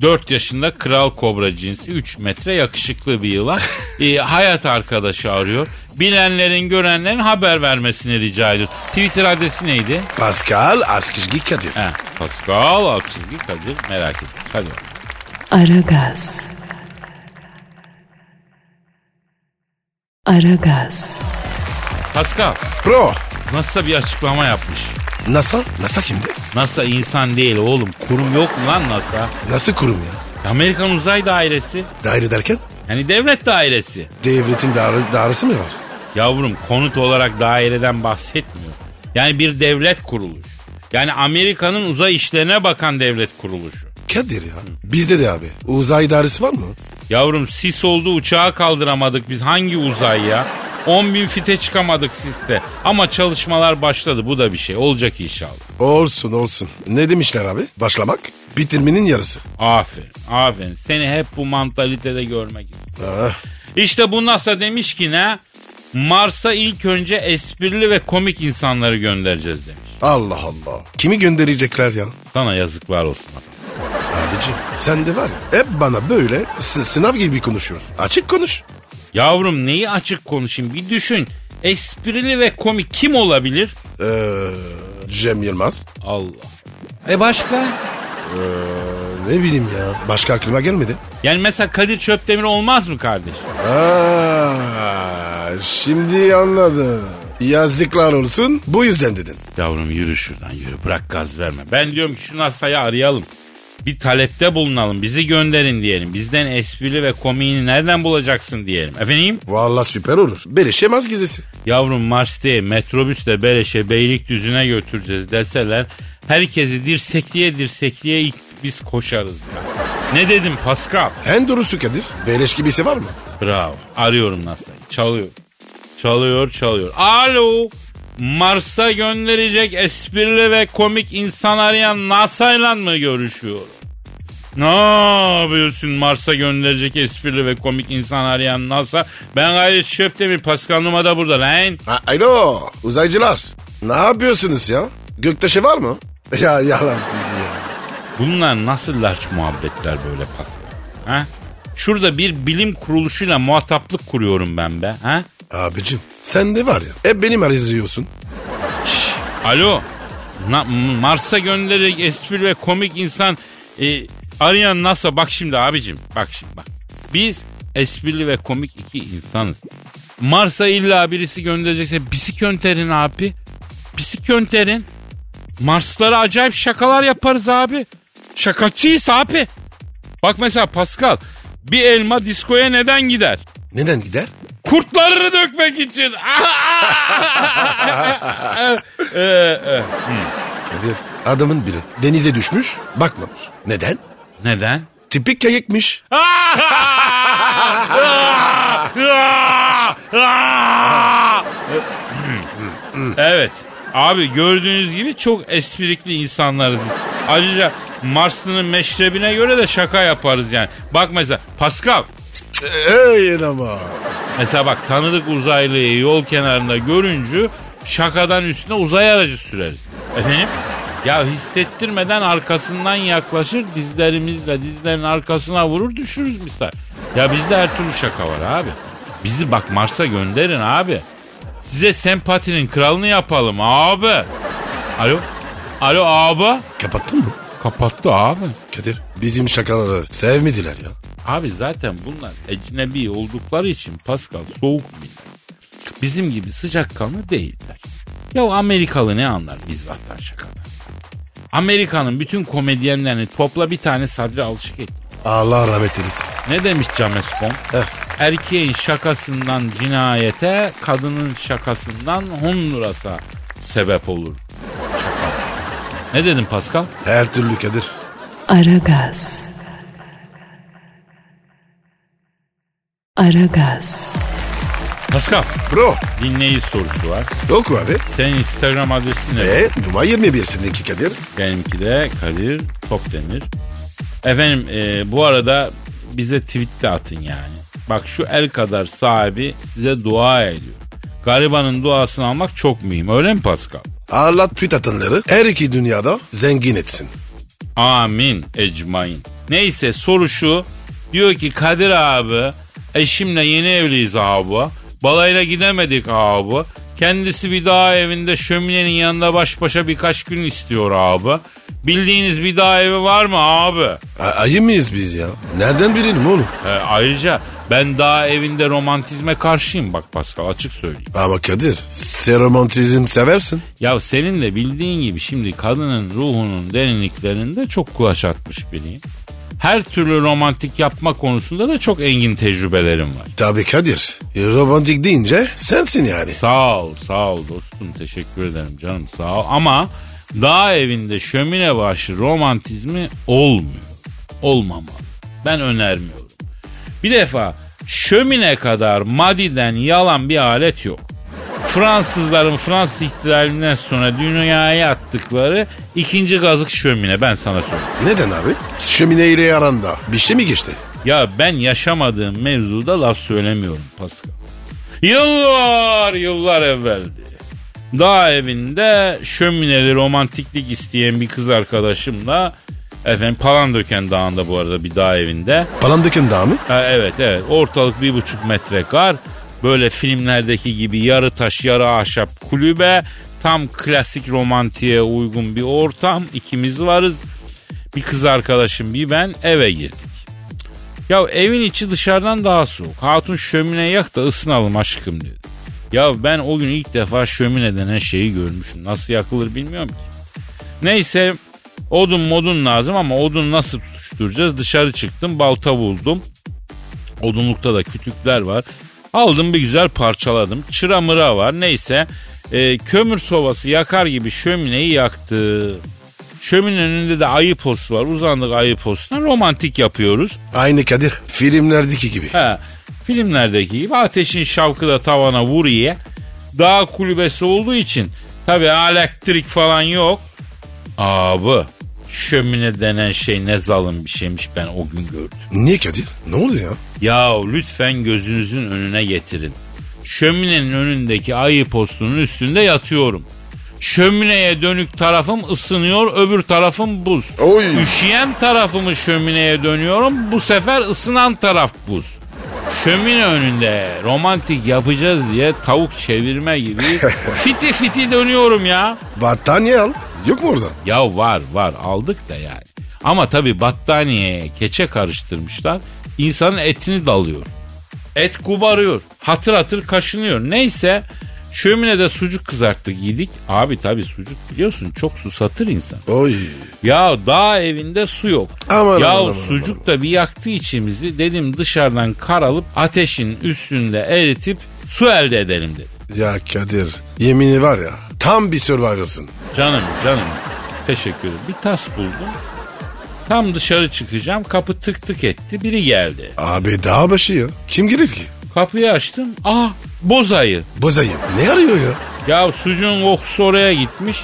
Speaker 2: 4 yaşında kral kobra cinsi 3 metre yakışıklı bir yılan. Ee, hayat arkadaşı arıyor. Bilenlerin görenlerin haber vermesini rica ediyor. Twitter adresi neydi?
Speaker 3: Pascal Askizgi Kadir.
Speaker 2: Ha, Pascal alt çizgi Kadir merak ettik. Hadi bakalım.
Speaker 1: Aragaz. Aragaz.
Speaker 2: Pascal
Speaker 3: Bro.
Speaker 2: NASA bir açıklama yapmış.
Speaker 3: NASA? NASA kimdi?
Speaker 2: NASA insan değil oğlum. Kurum yok mu lan NASA?
Speaker 3: Nasıl kurum ya?
Speaker 2: Amerikan Uzay Dairesi.
Speaker 3: Daire derken?
Speaker 2: Yani devlet dairesi.
Speaker 3: Devletin daire, dairesi mi var?
Speaker 2: Yavrum konut olarak daireden bahsetmiyor. Yani bir devlet kuruluşu. Yani Amerika'nın uzay işlerine bakan devlet kuruluşu.
Speaker 3: Kadir ya. Bizde de abi. Uzay dairesi var mı?
Speaker 2: Yavrum sis oldu uçağı kaldıramadık biz hangi uzay ya? 10 bin fite çıkamadık siste. Ama çalışmalar başladı bu da bir şey olacak inşallah.
Speaker 3: Olsun olsun. Ne demişler abi? Başlamak bitirmenin yarısı.
Speaker 2: Aferin aferin seni hep bu mantalitede görmek istiyorum.
Speaker 3: Ah,
Speaker 2: İşte bu NASA demiş ki ne? Mars'a ilk önce esprili ve komik insanları göndereceğiz demiş.
Speaker 3: Allah Allah. Kimi gönderecekler ya?
Speaker 2: Sana yazıklar olsun.
Speaker 3: Abicim sen de var ya hep bana böyle s- sınav gibi konuşuyorsun. Açık konuş.
Speaker 2: Yavrum neyi açık konuşayım bir düşün. Esprili ve komik kim olabilir?
Speaker 3: Ee, Cem Yılmaz.
Speaker 2: Allah. E başka?
Speaker 3: Ee, Ne bileyim ya. Başka aklıma gelmedi.
Speaker 2: Yani mesela Kadir Çöptemir olmaz mı kardeş?
Speaker 3: Aa, şimdi anladım. Yazıklar olsun. Bu yüzden dedin.
Speaker 2: Yavrum yürü şuradan yürü bırak gaz verme. Ben diyorum ki şu NASA'yı arayalım. Bir talepte bulunalım bizi gönderin diyelim. Bizden esprili ve komiğini nereden bulacaksın diyelim. Efendim?
Speaker 3: Vallahi süper olur. Beleşemez gizlisi.
Speaker 2: Yavrum Mars değil metrobüsle Beleş'e Beylikdüzü'ne götüreceğiz deseler herkesi dirsekliye dirsekliye ilk biz koşarız. ya. Ne dedim Pascal?
Speaker 3: En doğrusu Kadir. Beleş gibisi var mı?
Speaker 2: Bravo. Arıyorum NASA'yı. Çalıyor. Çalıyor çalıyor. Alo. Mars'a gönderecek esprili ve komik insan arayan NASA'yla mı görüşüyor? Ne yapıyorsun Mars'a gönderecek esprili ve komik insan arayan NASA? Ben gayet Şöptemir Pascal Numa da burada lan.
Speaker 3: Ha, alo uzaycılar. Ne yapıyorsunuz ya? Göktaşı var mı? *laughs* Ya yalan siz ya.
Speaker 2: Bunlar nasıl larç muhabbetler böyle Pascal? Ha? Şurada bir bilim kuruluşuyla muhataplık kuruyorum ben be. Ha?
Speaker 3: Abicim sen de var ya. Hep benim arayızıyorsun.
Speaker 2: Alo. Na- M- Mars'a gönderecek espri ve komik insan e, arayan NASA. Bak şimdi abicim. Bak şimdi bak. Biz esprili ve komik iki insanız. Mars'a illa birisi gönderecekse bizi gönderin abi. Bizi gönderin. Marslara acayip şakalar yaparız abi. Şakacıyız abi. Bak mesela Pascal bir elma diskoya neden gider?
Speaker 3: Neden gider?
Speaker 2: Kurtlarını dökmek için. *laughs* Ee, e.
Speaker 3: Kadir adamın biri denize düşmüş bakmamış. Neden?
Speaker 2: Neden?
Speaker 3: Tipik kayıkmış.
Speaker 2: *laughs* evet. Abi gördüğünüz gibi çok esprikli insanlarız. biz. Ayrıca Marslı'nın meşrebine göre de şaka yaparız yani. Bak mesela Pascal.
Speaker 3: Ey E, ama.
Speaker 2: Mesela bak tanıdık uzaylıyı yol kenarında görünce şakadan üstüne uzay aracı süreriz. Efendim? Ya hissettirmeden arkasından yaklaşır dizlerimizle dizlerin arkasına vurur düşürüz misal. Ya bizde her türlü şaka var abi. Bizi bak Mars'a gönderin abi. Size sempatinin kralını yapalım abi. Alo? Alo abi?
Speaker 3: Kapattın mı?
Speaker 2: Kapattı abi.
Speaker 3: Kadir bizim şakaları sevmediler ya.
Speaker 2: Abi zaten bunlar ecnebi oldukları için Pascal soğuk millet. Bizim gibi sıcakkanlı değiller. Ya Amerikalı ne anlar bizzattan şakadan? Amerika'nın bütün komedyenlerini topla bir tane Sadri Alışık et.
Speaker 3: Allah rahmet eylesin.
Speaker 2: Ne demiş James Bond?
Speaker 3: Eh.
Speaker 2: Erkeğin şakasından cinayete, kadının şakasından Honduras'a sebep olur. Şaka. Ne dedin Pascal?
Speaker 3: Her türlü Kadir.
Speaker 1: Aragaz. Aragaz.
Speaker 2: Pascal,
Speaker 3: Bro
Speaker 2: dinleyici sorusu var.
Speaker 3: yok abi.
Speaker 2: Senin Instagram adresin ne?
Speaker 3: E numara 21 seninki Kadir.
Speaker 2: Benimki de Kadir Topdemir. Efendim e, bu arada bize tweet de atın yani. Bak şu el kadar sahibi size dua ediyor. Garibanın duasını almak çok mühim öyle mi Pascal?
Speaker 3: Allah tweet atanları her iki dünyada zengin etsin.
Speaker 2: Amin ecmain. Neyse soru şu. Diyor ki Kadir abi eşimle yeni evliyiz abi. Balayla gidemedik abi. Kendisi bir daha evinde şöminenin yanında baş başa birkaç gün istiyor abi. Bildiğiniz bir daha evi var mı abi?
Speaker 3: A- ayı mıyız biz ya? Nereden bilelim oğlum?
Speaker 2: Ee, ayrıca ben daha evinde romantizme karşıyım bak Pascal açık söyleyeyim.
Speaker 3: Ama Kadir sen romantizm seversin.
Speaker 2: Ya senin de bildiğin gibi şimdi kadının ruhunun derinliklerinde çok kulaç atmış biriyim. Her türlü romantik yapma konusunda da çok engin tecrübelerim var.
Speaker 3: Tabii Kadir. e, Romantik deyince sensin yani.
Speaker 2: Sağ ol, sağ ol dostum. Teşekkür ederim canım sağ ol. Ama dağ evinde şömine başı romantizmi olmuyor. Olmamalı. Ben önermiyorum. Bir defa şömine kadar madiden yalan bir alet yok. Fransızların Fransız ihtilalinden sonra dünyaya attıkları ikinci kazık şömine ben sana söyleyeyim.
Speaker 3: Neden abi? Şömine ile aranda bir şey mi geçti?
Speaker 2: Ya ben yaşamadığım mevzuda laf söylemiyorum Pascal. Yıllar yıllar evveldi. Dağ evinde şömineli romantiklik isteyen bir kız arkadaşımla efendim Palandöken Dağı'nda bu arada bir dağ evinde.
Speaker 3: Palandöken dağı mı?
Speaker 2: Ha, evet evet ortalık bir buçuk metre kar böyle filmlerdeki gibi yarı taş yarı ahşap kulübe tam klasik romantiğe uygun bir ortam ikimiz varız bir kız arkadaşım bir ben eve girdik. Ya evin içi dışarıdan daha soğuk. Hatun şömine yak da ısınalım aşkım dedi. Ya ben o gün ilk defa şömine denen şeyi görmüşüm. Nasıl yakılır bilmiyorum ki. Neyse odun modun lazım ama odun nasıl tutuşturacağız? Dışarı çıktım balta buldum. Odunlukta da kütükler var. Aldım bir güzel parçaladım. Çıra mıra var neyse. e, kömür sobası yakar gibi şömineyi yaktı. Şöminenin önünde de ayı postu var. Uzandık ayı postuna romantik yapıyoruz.
Speaker 3: Aynı Kadir. Filmlerdeki gibi.
Speaker 2: Ha, filmlerdeki gibi ateşin şavkı da tavana vuruyor. Dağ kulübesi olduğu için tabi elektrik falan yok. Abi şömine denen şey ne zalim bir şeymiş ben o gün gördüm.
Speaker 3: Niye Kadir? Ne oldu ya?
Speaker 2: Ya lütfen gözünüzün önüne getirin. Şöminenin önündeki ayı postunun üstünde yatıyorum. Şömineye dönük tarafım ısınıyor, öbür tarafım buz.
Speaker 3: Oy.
Speaker 2: Üşüyen tarafımı şömineye dönüyorum, bu sefer ısınan taraf buz. Şömine önünde romantik yapacağız diye tavuk çevirme gibi fiti fiti dönüyorum ya.
Speaker 3: Battaniye al. Yok mu orada?
Speaker 2: Ya var var aldık da yani. Ama tabii battaniyeye keçe karıştırmışlar. İnsanın etini dalıyor. Et kubarıyor. Hatır hatır kaşınıyor. Neyse şöminede sucuk kızarttık yedik. Abi tabii sucuk biliyorsun çok susatır insan.
Speaker 3: Oy.
Speaker 2: Ya dağ evinde su yok.
Speaker 3: Aman,
Speaker 2: ya
Speaker 3: aman, aman,
Speaker 2: sucuk da bir yaktı içimizi. Dedim dışarıdan karalıp ateşin üstünde eritip su elde edelim dedim.
Speaker 3: Ya Kadir yemini var ya tam bir survivor'sın.
Speaker 2: Canım canım teşekkür ederim. Bir tas buldum. Tam dışarı çıkacağım kapı tık tık etti biri geldi.
Speaker 3: Abi dağ başı ya. Kim girer ki?
Speaker 2: Kapıyı açtım ah bozayı.
Speaker 3: Bozayı. Ne arıyor ya?
Speaker 2: Ya sucuğun kokusu oraya gitmiş.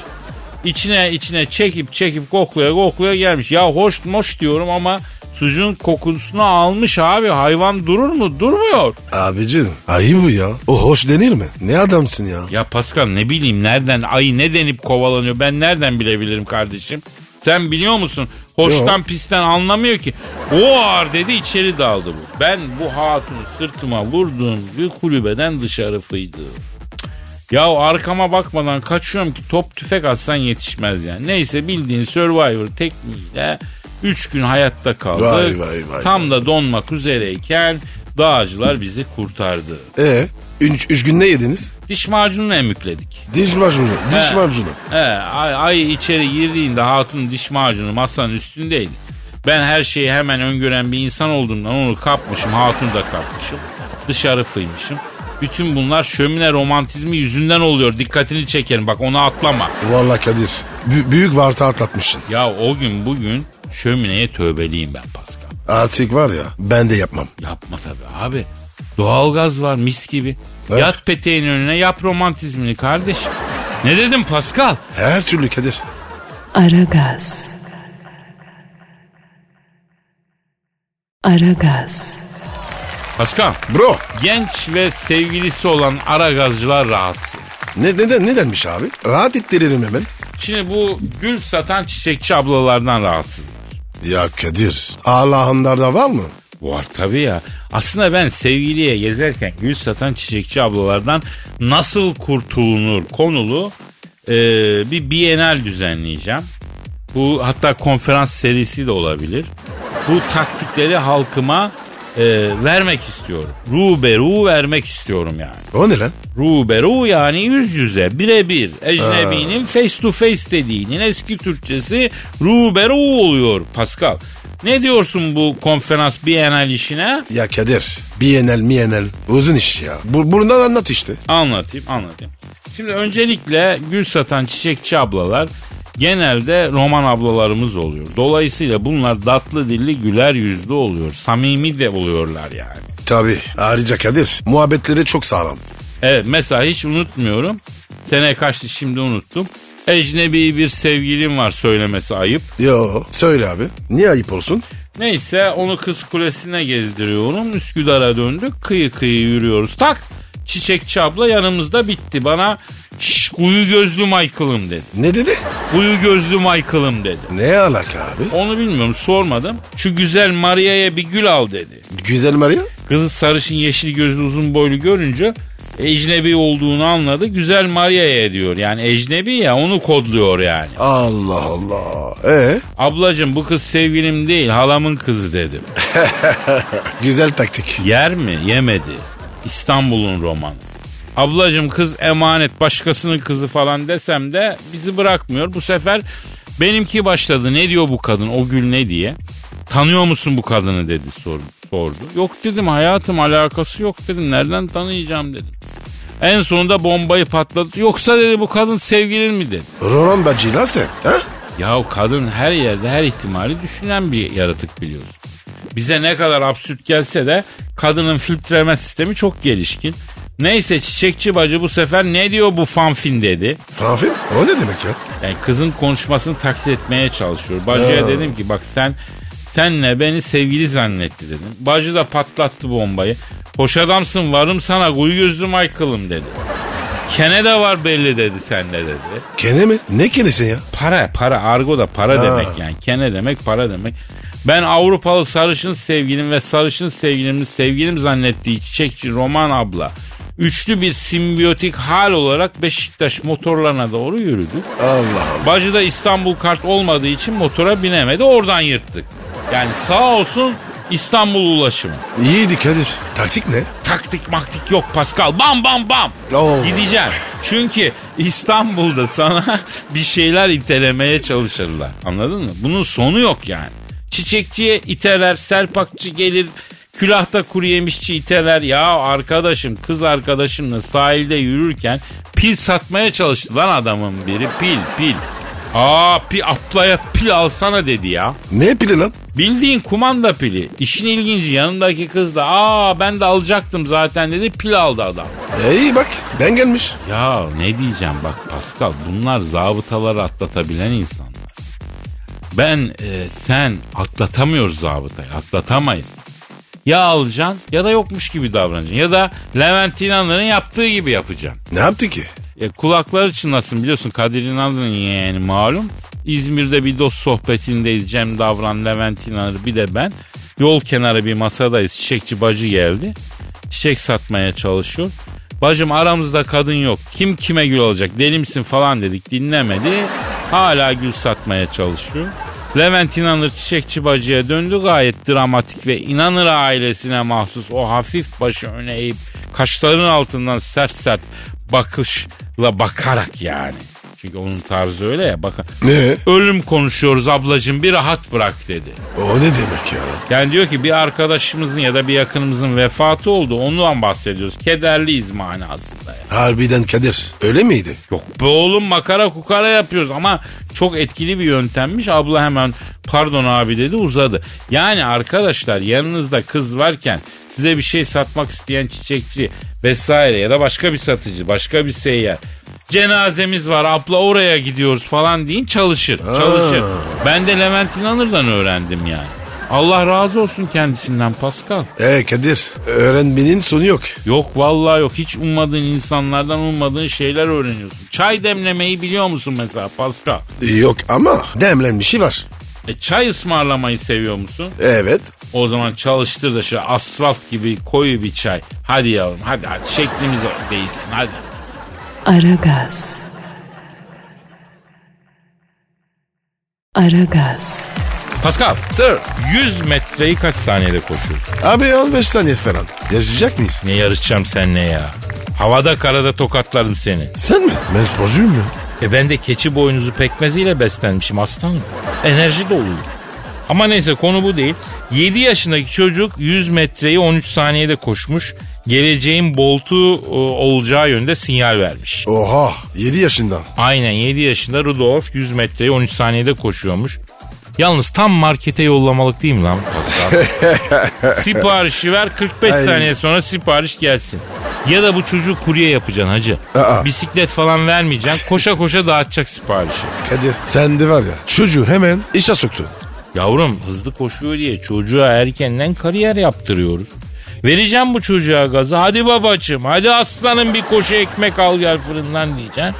Speaker 2: İçine içine çekip çekip kokluya kokluya gelmiş. Ya hoş moş diyorum ama sucuğun kokusunu almış abi hayvan durur mu? Durmuyor.
Speaker 3: Abicim ayı bu ya. O hoş denir mi? Ne adamsın ya?
Speaker 2: Ya Pascal ne bileyim nereden ayı ne denip kovalanıyor ben nereden bilebilirim kardeşim? Sen biliyor musun? Hoştan pisten anlamıyor ki. O ağır dedi içeri daldı bu. Ben bu hatunu sırtıma vurduğum bir kulübeden dışarı fıydım. Ya arkama bakmadan kaçıyorum ki top tüfek atsan yetişmez yani. Neyse bildiğin Survivor tekniğiyle 3 gün hayatta kaldık.
Speaker 3: Vay, vay, vay.
Speaker 2: Tam da donmak üzereyken dağcılar bizi kurtardı.
Speaker 3: E üç, üç gün ne yediniz?
Speaker 2: Diş macununu emükledik.
Speaker 3: Diş macunu. Diş
Speaker 2: He.
Speaker 3: macunu.
Speaker 2: He, ay, ay içeri girdiğinde hatun diş macunu masanın üstündeydi. Ben her şeyi hemen öngören bir insan olduğumdan onu kapmışım, hatun da kapmışım. Dışarı fıymışım. Bütün bunlar şömine romantizmi yüzünden oluyor. Dikkatini çekerim bak onu atlama.
Speaker 3: Vallahi Kadir bü- büyük varta atlatmışsın.
Speaker 2: Ya o gün bugün şömineye tövbeliyim ben Pascal.
Speaker 3: Artık var ya ben de yapmam.
Speaker 2: Yapma tabii abi. Doğalgaz var mis gibi.
Speaker 3: Evet.
Speaker 2: Yat peteğin önüne yap romantizmini kardeşim. Ne dedim Pascal?
Speaker 3: Her türlü Kadir.
Speaker 1: Aragaz. Aragaz.
Speaker 2: Pascal.
Speaker 3: Bro
Speaker 2: Genç ve sevgilisi olan ara gazcılar rahatsız.
Speaker 3: ne, neden, nedenmiş abi? Rahat ittiririm hemen.
Speaker 2: Şimdi bu gül satan çiçekçi ablalardan rahatsız.
Speaker 3: Ya Kadir Allah'ınlarda var mı?
Speaker 2: Var tabii ya. Aslında ben sevgiliye gezerken gül satan çiçekçi ablalardan nasıl kurtulunur konulu e, bir bienal düzenleyeceğim. Bu hatta konferans serisi de olabilir. Bu taktikleri halkıma e, vermek istiyorum. Ruberu vermek istiyorum yani.
Speaker 3: O ne lan?
Speaker 2: Ruberu yani yüz yüze birebir ecnebinin face to face dediğinin eski Türkçesi ruberu oluyor Pascal. Ne diyorsun bu konferans BNL işine?
Speaker 3: Ya Kadir, bienal mienal uzun iş ya. Bu, bundan anlat işte.
Speaker 2: Anlatayım anlatayım. Şimdi öncelikle gül satan çiçekçi ablalar genelde roman ablalarımız oluyor. Dolayısıyla bunlar tatlı dilli güler yüzlü oluyor. Samimi de oluyorlar yani.
Speaker 3: Tabii. Ayrıca Kadir, muhabbetleri çok sağlam.
Speaker 2: Evet mesela hiç unutmuyorum. Sene kaçtı şimdi unuttum. Ecnebi bir sevgilim var söylemesi ayıp.
Speaker 3: Yo, söyle abi. Niye ayıp olsun?
Speaker 2: Neyse onu kız kulesine gezdiriyorum. Üsküdar'a döndük. Kıyı kıyı yürüyoruz. Tak çiçekçi abla yanımızda bitti. Bana şş kuyu gözlü Michael'ım dedi.
Speaker 3: Ne dedi?
Speaker 2: Kuyu gözlü Michael'ım dedi.
Speaker 3: Ne alaka abi?
Speaker 2: Onu bilmiyorum sormadım. Şu güzel Maria'ya bir gül al dedi.
Speaker 3: Güzel Maria?
Speaker 2: Kızı sarışın yeşil gözlü uzun boylu görünce ecnebi olduğunu anladı. Güzel Maria'ya diyor. Yani ecnebi ya onu kodluyor yani.
Speaker 3: Allah Allah. Ee,
Speaker 2: Ablacım bu kız sevgilim değil halamın kızı dedim.
Speaker 3: güzel taktik.
Speaker 2: Yer mi? Yemedi. İstanbul'un romanı. Ablacım kız emanet başkasının kızı falan desem de bizi bırakmıyor. Bu sefer benimki başladı. Ne diyor bu kadın? O gül ne diye? Tanıyor musun bu kadını dedi sordu. sordu. Yok dedim hayatım alakası yok dedim. Nereden tanıyacağım dedim. En sonunda bombayı patladı. Yoksa dedi bu kadın sevgilin mi dedi.
Speaker 3: Roran bacı lan sen. Ha?
Speaker 2: Yahu kadın her yerde her ihtimali düşünen bir yaratık biliyorsun. Bize ne kadar absürt gelse de kadının filtreleme sistemi çok gelişkin. Neyse çiçekçi bacı bu sefer ne diyor bu fanfin dedi.
Speaker 3: Fafin? O ne demek ya?
Speaker 2: Yani kızın konuşmasını taklit etmeye çalışıyor. Bacıya
Speaker 3: Ya.
Speaker 2: dedim ki bak sen senle beni sevgili zannetti dedim. Bacı da patlattı bombayı. Hoş adamsın varım sana kuyu gözlü Michael'ım dedi. Kene de var belli dedi sende dedi.
Speaker 3: Kene mi? Ne kenesi ya?
Speaker 2: Para para argo da para
Speaker 3: Ha.
Speaker 2: demek yani. Kene demek para demek. Ben Avrupalı sarışın sevgilim ve sarışın sevgilimin sevgilim zannettiği çiçekçi Roman abla üçlü bir simbiyotik hal olarak Beşiktaş motorlarına doğru yürüdük.
Speaker 3: Allah Allah.
Speaker 2: Bacı da İstanbul kart olmadığı için motora binemedi oradan yırttık. Yani sağ olsun İstanbul ulaşımı.
Speaker 3: İyiydi Kadir. Taktik ne?
Speaker 2: Taktik maktik yok Pascal. Bam bam bam.
Speaker 3: Oo.
Speaker 2: Gideceğim. Çünkü İstanbul'da sana *laughs* bir şeyler itelemeye çalışırlar. Anladın mı? Bunun sonu yok yani. Çiçekçiye iteler, serpakçı gelir, külahta kuru yemişçi iteler. Ya arkadaşım, kız arkadaşımla sahilde yürürken pil satmaya çalıştı lan adamın biri. Pil, pil. Aa, pi aplaya pil alsana dedi ya.
Speaker 3: Ne pili lan?
Speaker 2: Bildiğin kumanda pili. İşin ilginci yanındaki kız da aa ben de alacaktım zaten dedi pil aldı adam.
Speaker 3: E, iyi bak. Ben gelmiş.
Speaker 2: Ya ne diyeceğim bak Pascal bunlar zabıtaları atlatabilen insanlar. Ben e, sen atlatamıyoruz zabıtayı atlatamayız. Ya alacaksın ya da yokmuş gibi davranacaksın ya da Levent İnanır'ın yaptığı gibi yapacaksın.
Speaker 3: Ne yaptı ki?
Speaker 2: E, kulakları çınlasın biliyorsun Kadir İnanır'ın yeğeni malum. İzmir'de bir dost sohbetindeyiz. Cem Davran, Levent İnanır bir de ben. Yol kenarı bir masadayız. Çiçekçi bacı geldi. Çiçek satmaya çalışıyor. Bacım aramızda kadın yok. Kim kime gül olacak? Deli misin falan dedik. Dinlemedi. Hala gül satmaya çalışıyor. Levent İnanır çiçekçi bacıya döndü gayet dramatik ve İnanır ailesine mahsus o hafif başı öne eğip kaşların altından sert sert bakışla bakarak yani. Çünkü onun tarzı öyle ya bakın.
Speaker 3: Ne?
Speaker 2: Ölüm konuşuyoruz ablacığım bir rahat bırak dedi.
Speaker 3: O ne demek ya?
Speaker 2: Yani diyor ki bir arkadaşımızın ya da bir yakınımızın vefatı oldu ondan bahsediyoruz. Kederliyiz manasında. Yani.
Speaker 3: Harbiden Kadir. Öyle miydi?
Speaker 2: Yok be oğlum makara kukara yapıyoruz ama çok etkili bir yöntemmiş. Abla hemen pardon abi dedi uzadı. Yani arkadaşlar yanınızda kız varken size bir şey satmak isteyen çiçekçi vesaire ya da başka bir satıcı başka bir seyyar. Cenazemiz var abla oraya gidiyoruz falan deyin çalışır çalışır. Ben de Levent İnanır'dan öğrendim yani. Allah razı olsun kendisinden Pascal.
Speaker 3: E Kadir. Öğrenmenin sonu yok.
Speaker 2: Yok vallahi yok. Hiç ummadığın insanlardan ummadığın şeyler öğreniyorsun. Çay demlemeyi biliyor musun mesela Pascal?
Speaker 3: Yok ama demlenmişi var.
Speaker 2: E, çay ısmarlamayı seviyor musun?
Speaker 3: Evet.
Speaker 2: O zaman çalıştır da şu asfalt gibi koyu bir çay. Hadi yavrum hadi hadi şeklimiz değilsin hadi.
Speaker 1: Aragaz. Aragaz,
Speaker 2: Pascal
Speaker 3: Sir.
Speaker 2: 100 metreyi kaç saniyede koşuyorsun?
Speaker 3: Abi 15 saniye falan. Yaşayacak mıyız?
Speaker 2: Ne yarışacağım seninle ya? Havada karada tokatlarım seni.
Speaker 3: Sen mi? Ben sporcuyum ya.
Speaker 2: E ben de keçi boynuzu pekmeziyle beslenmişim aslanım. Enerji doluyum. Ama neyse konu bu değil. 7 yaşındaki çocuk 100 metreyi 13 saniyede koşmuş. Geleceğin boltu e, olacağı yönde sinyal vermiş.
Speaker 3: Oha 7 yaşında. *laughs*
Speaker 2: Aynen 7 yaşında Rudolf 100 metreyi 13 saniyede koşuyormuş. Yalnız tam markete yollamalık değil mi
Speaker 3: *laughs*
Speaker 2: lan Pascal? Siparişi ver 45
Speaker 3: Ay.
Speaker 2: saniye sonra sipariş gelsin. Ya da bu çocuğu kurye yapacaksın hacı.
Speaker 3: Aa.
Speaker 2: Bisiklet falan vermeyeceksin. Koşa koşa dağıtacak siparişi.
Speaker 3: Kadir sen de var ya çocuğu hemen işe soktun.
Speaker 2: Yavrum hızlı koşuyor diye çocuğa erkenden kariyer yaptırıyoruz. Vereceğim bu çocuğa gazı. Hadi babacığım hadi aslanım bir koşu ekmek al gel fırından diyeceksin.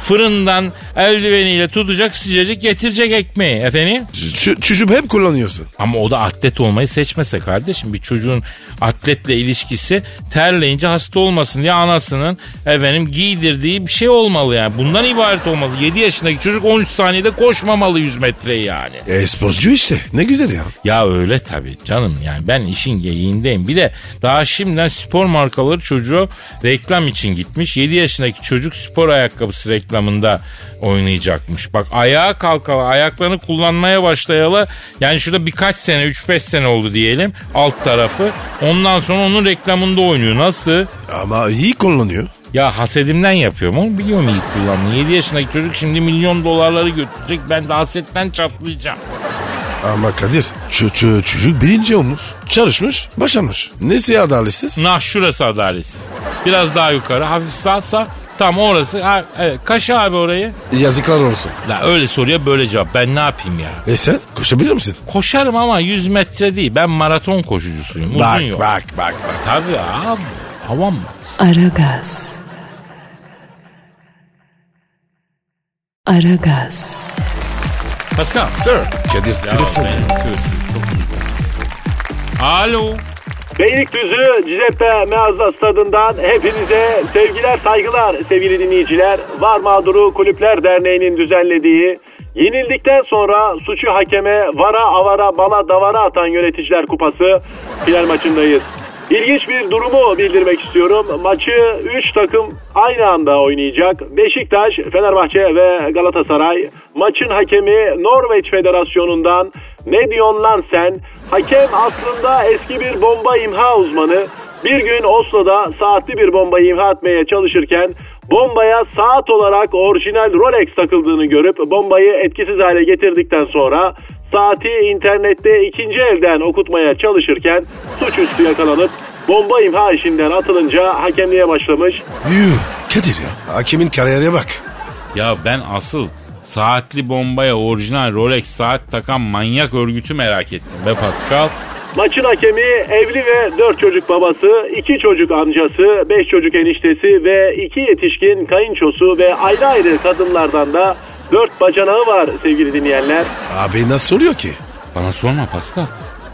Speaker 2: Fırından eldiveniyle tutacak sıcacık getirecek ekmeği efendim.
Speaker 3: Ç- çocuğu hep kullanıyorsun.
Speaker 2: Ama o da atlet olmayı seçmese kardeşim. Bir çocuğun atletle ilişkisi terleyince hasta olmasın diye anasının efendim giydirdiği bir şey olmalı yani. Bundan ibaret olmalı. 7 yaşındaki çocuk 13 saniyede koşmamalı 100 metreyi yani.
Speaker 3: E sporcu işte ne güzel ya.
Speaker 2: Ya öyle tabii canım yani ben işin geyiğindeyim. Bir de daha şimdiden spor markaları çocuğu reklam için gitmiş. 7 yaşındaki çocuk spor ayakkabısı reklamında oynayacakmış. Bak ayağa kalkalı ayaklarını kullanmaya başlayalı yani şurada birkaç sene 3-5 sene oldu diyelim alt tarafı. Ondan sonra onun reklamında oynuyor. Nasıl?
Speaker 3: Ama iyi kullanıyor.
Speaker 2: Ya hasedimden yapıyorum onu biliyorum iyi kullanmayı. 7 yaşındaki çocuk şimdi milyon dolarları götürecek ben de hasetten çatlayacağım.
Speaker 3: Ama Kadir ço- ço- çocuk birinci olmuş. Çalışmış başarmış. Nesi adaletsiz?
Speaker 2: Nah şurası adaletsiz. Biraz daha yukarı hafif sağsa tam orası. Ha, evet, kaşı abi orayı.
Speaker 3: Yazıklar olsun.
Speaker 2: La öyle soruya böyle cevap. Ben ne yapayım ya?
Speaker 3: E sen koşabilir misin?
Speaker 2: Koşarım ama 100 metre değil. Ben maraton koşucusuyum. Uzun
Speaker 3: Bak,
Speaker 2: yol.
Speaker 3: bak bak bak.
Speaker 2: Tabii abi. Havam var.
Speaker 1: Aragaz. Aragaz,
Speaker 2: Pascal.
Speaker 3: Sir. Kadir
Speaker 2: Ya
Speaker 3: telefon.
Speaker 2: ben kötü, çok iyi. Alo.
Speaker 4: Beylikdüzü Cizeppe Meazda Stadı'ndan hepinize sevgiler saygılar sevgili dinleyiciler. Var Mağduru Kulüpler Derneği'nin düzenlediği yenildikten sonra suçu hakeme vara avara bala davara atan yöneticiler kupası final maçındayız. İlginç bir durumu bildirmek istiyorum. Maçı 3 takım aynı anda oynayacak. Beşiktaş, Fenerbahçe ve Galatasaray. Maçın hakemi Norveç Federasyonu'ndan ne diyorsun lan sen? Hakem aslında eski bir bomba imha uzmanı. Bir gün Oslo'da saatli bir bombayı imha etmeye çalışırken bombaya saat olarak orijinal Rolex takıldığını görüp bombayı etkisiz hale getirdikten sonra saati internette ikinci elden okutmaya çalışırken suçüstü yakalanıp bomba imha işinden atılınca hakemliğe başlamış.
Speaker 3: Yuh. Kadir ya. Hakemin kariyerine bak.
Speaker 2: Ya ben asıl saatli bombaya orijinal Rolex saat takan manyak örgütü merak ettim be Pascal.
Speaker 4: Maçın hakemi evli ve 4 çocuk babası, 2 çocuk amcası, 5 çocuk eniştesi ve 2 yetişkin kayınçosu ve ayrı ayrı kadınlardan da 4 bacanağı var sevgili dinleyenler.
Speaker 3: Abi nasıl oluyor ki?
Speaker 2: Bana sorma Pascal.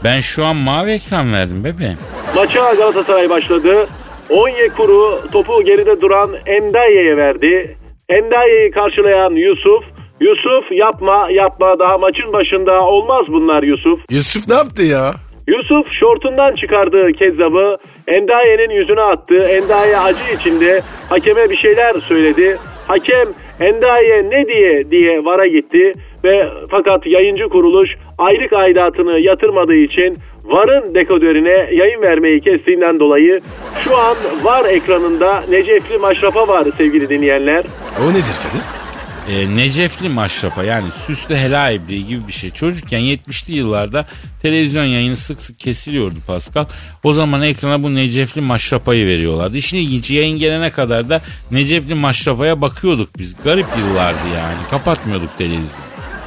Speaker 2: Ben şu an mavi ekran verdim bebeğim.
Speaker 4: Maça Galatasaray başladı. Onyekuru topu geride duran Endaye'ye verdi. Endaye'yi karşılayan Yusuf. Yusuf yapma yapma daha maçın başında olmaz bunlar Yusuf.
Speaker 3: Yusuf ne yaptı ya?
Speaker 4: Yusuf şortundan çıkardığı kezzabı Endaye'nin yüzüne attı. Endaye acı içinde hakeme bir şeyler söyledi. Hakem Endaye ne diye diye vara gitti ve fakat yayıncı kuruluş aylık aidatını yatırmadığı için varın dekodörüne yayın vermeyi kestiğinden dolayı şu an var ekranında Necefli Maşrafa var sevgili dinleyenler.
Speaker 3: O nedir Kadir?
Speaker 2: E, Necefli maşrafa yani süslü helal ibriği gibi bir şey. Çocukken 70'li yıllarda televizyon yayını sık sık kesiliyordu Pascal. O zaman ekrana bu Necefli maşrapayı veriyorlardı. İşin ilginci yayın gelene kadar da Necefli maşrapaya bakıyorduk biz. Garip yıllardı yani. Kapatmıyorduk televizyonu.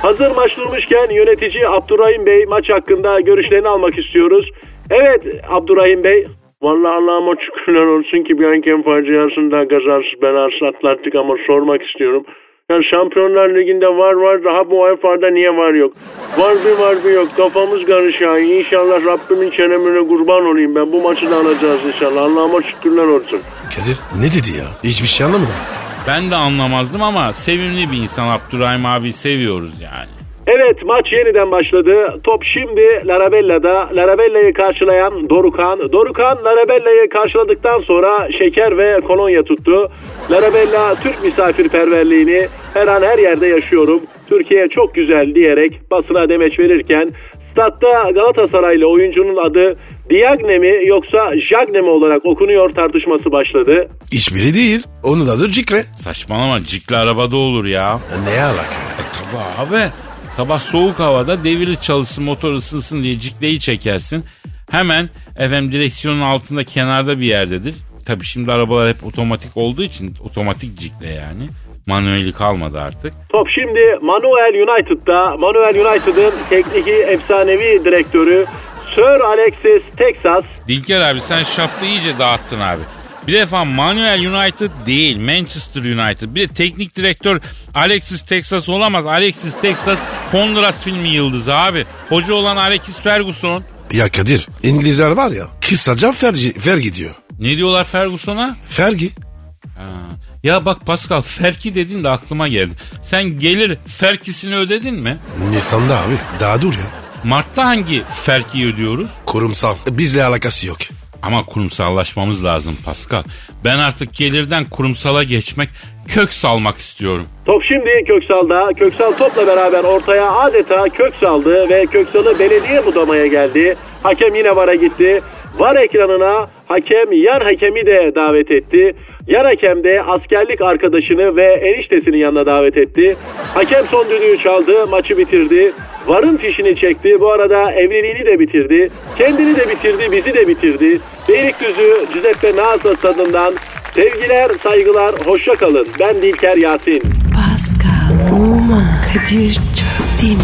Speaker 4: Hazır maç durmuşken yönetici Abdurrahim Bey maç hakkında görüşlerini almak istiyoruz. Evet Abdurrahim Bey. Vallahi Allah'ıma şükürler olsun ki Bianchen faciasında kazasız belasız atlattık ama sormak istiyorum. Ya Şampiyonlar Ligi'nde var var daha bu UEFA'da niye var yok? Var bir var bir yok kafamız karışıyor. İnşallah Rabbimin çenemine kurban olayım ben bu maçı da alacağız inşallah. Allah'ıma şükürler olsun.
Speaker 3: Kadir ne dedi ya? Hiçbir şey anlamadım.
Speaker 2: Ben de anlamazdım ama sevimli bir insan Abdurrahim abi seviyoruz yani.
Speaker 4: Evet maç yeniden başladı. Top şimdi Larabella'da. Larabella'yı karşılayan Dorukan. Dorukan Larabella'yı karşıladıktan sonra şeker ve kolonya tuttu. Larabella Türk misafirperverliğini her an her yerde yaşıyorum. Türkiye çok güzel diyerek basına demeç verirken statta Galatasaraylı oyuncunun adı Diagne mi yoksa Jagne mi olarak okunuyor tartışması başladı.
Speaker 3: Hiçbiri değil. Onun adı Cikre.
Speaker 2: Saçmalama cikli arabada olur ya.
Speaker 3: Ne alaka?
Speaker 2: Sabah abi. Sabah soğuk havada devir çalışsın motor ısınsın diye cikleyi çekersin. Hemen efendim direksiyonun altında kenarda bir yerdedir. Tabi şimdi arabalar hep otomatik olduğu için otomatik cikle yani. Manueli kalmadı artık.
Speaker 4: Top şimdi Manuel United'da. Manuel United'ın tekniki efsanevi direktörü Sir Alexis Texas
Speaker 2: Dilker abi sen şaftı iyice dağıttın abi. Bir defa Manuel United değil Manchester United. Bir de teknik direktör Alexis Texas olamaz. Alexis Texas Honduras filmi yıldızı abi. Hoca olan Alexis Ferguson.
Speaker 3: Ya Kadir İngilizler var ya kısaca Fergi, Fergi diyor.
Speaker 2: Ne diyorlar Ferguson'a?
Speaker 3: Fergi.
Speaker 2: Ha. Ya bak Pascal Ferki dedin de aklıma geldi. Sen gelir Ferkisini ödedin mi?
Speaker 3: Nisan'da abi daha dur ya.
Speaker 2: Mart'ta hangi Ferki'yi ödüyoruz?
Speaker 3: Kurumsal. Bizle alakası yok.
Speaker 2: Ama kurumsallaşmamız lazım Pascal. Ben artık gelirden kurumsala geçmek, kök salmak istiyorum.
Speaker 4: Top şimdi Köksal'da. Köksal topla beraber ortaya adeta kök saldı ve Köksal'ı belediye budamaya geldi. Hakem yine VAR'a gitti. VAR ekranına hakem yan hakemi de davet etti. Yan hakem de askerlik arkadaşını ve eniştesini yanına davet etti. Hakem son düdüğü çaldı, maçı bitirdi. VAR'ın fişini çekti. Bu arada evliliğini de bitirdi. Kendini de bitirdi, bizi de bitirdi. Beylikdüzü Giuseppe Nazlı stadından sevgiler, saygılar, hoşça kalın. Ben Dilker Yasin.
Speaker 1: Pascal, Oman, Kadir çok değil mi?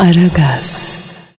Speaker 1: Aragaz.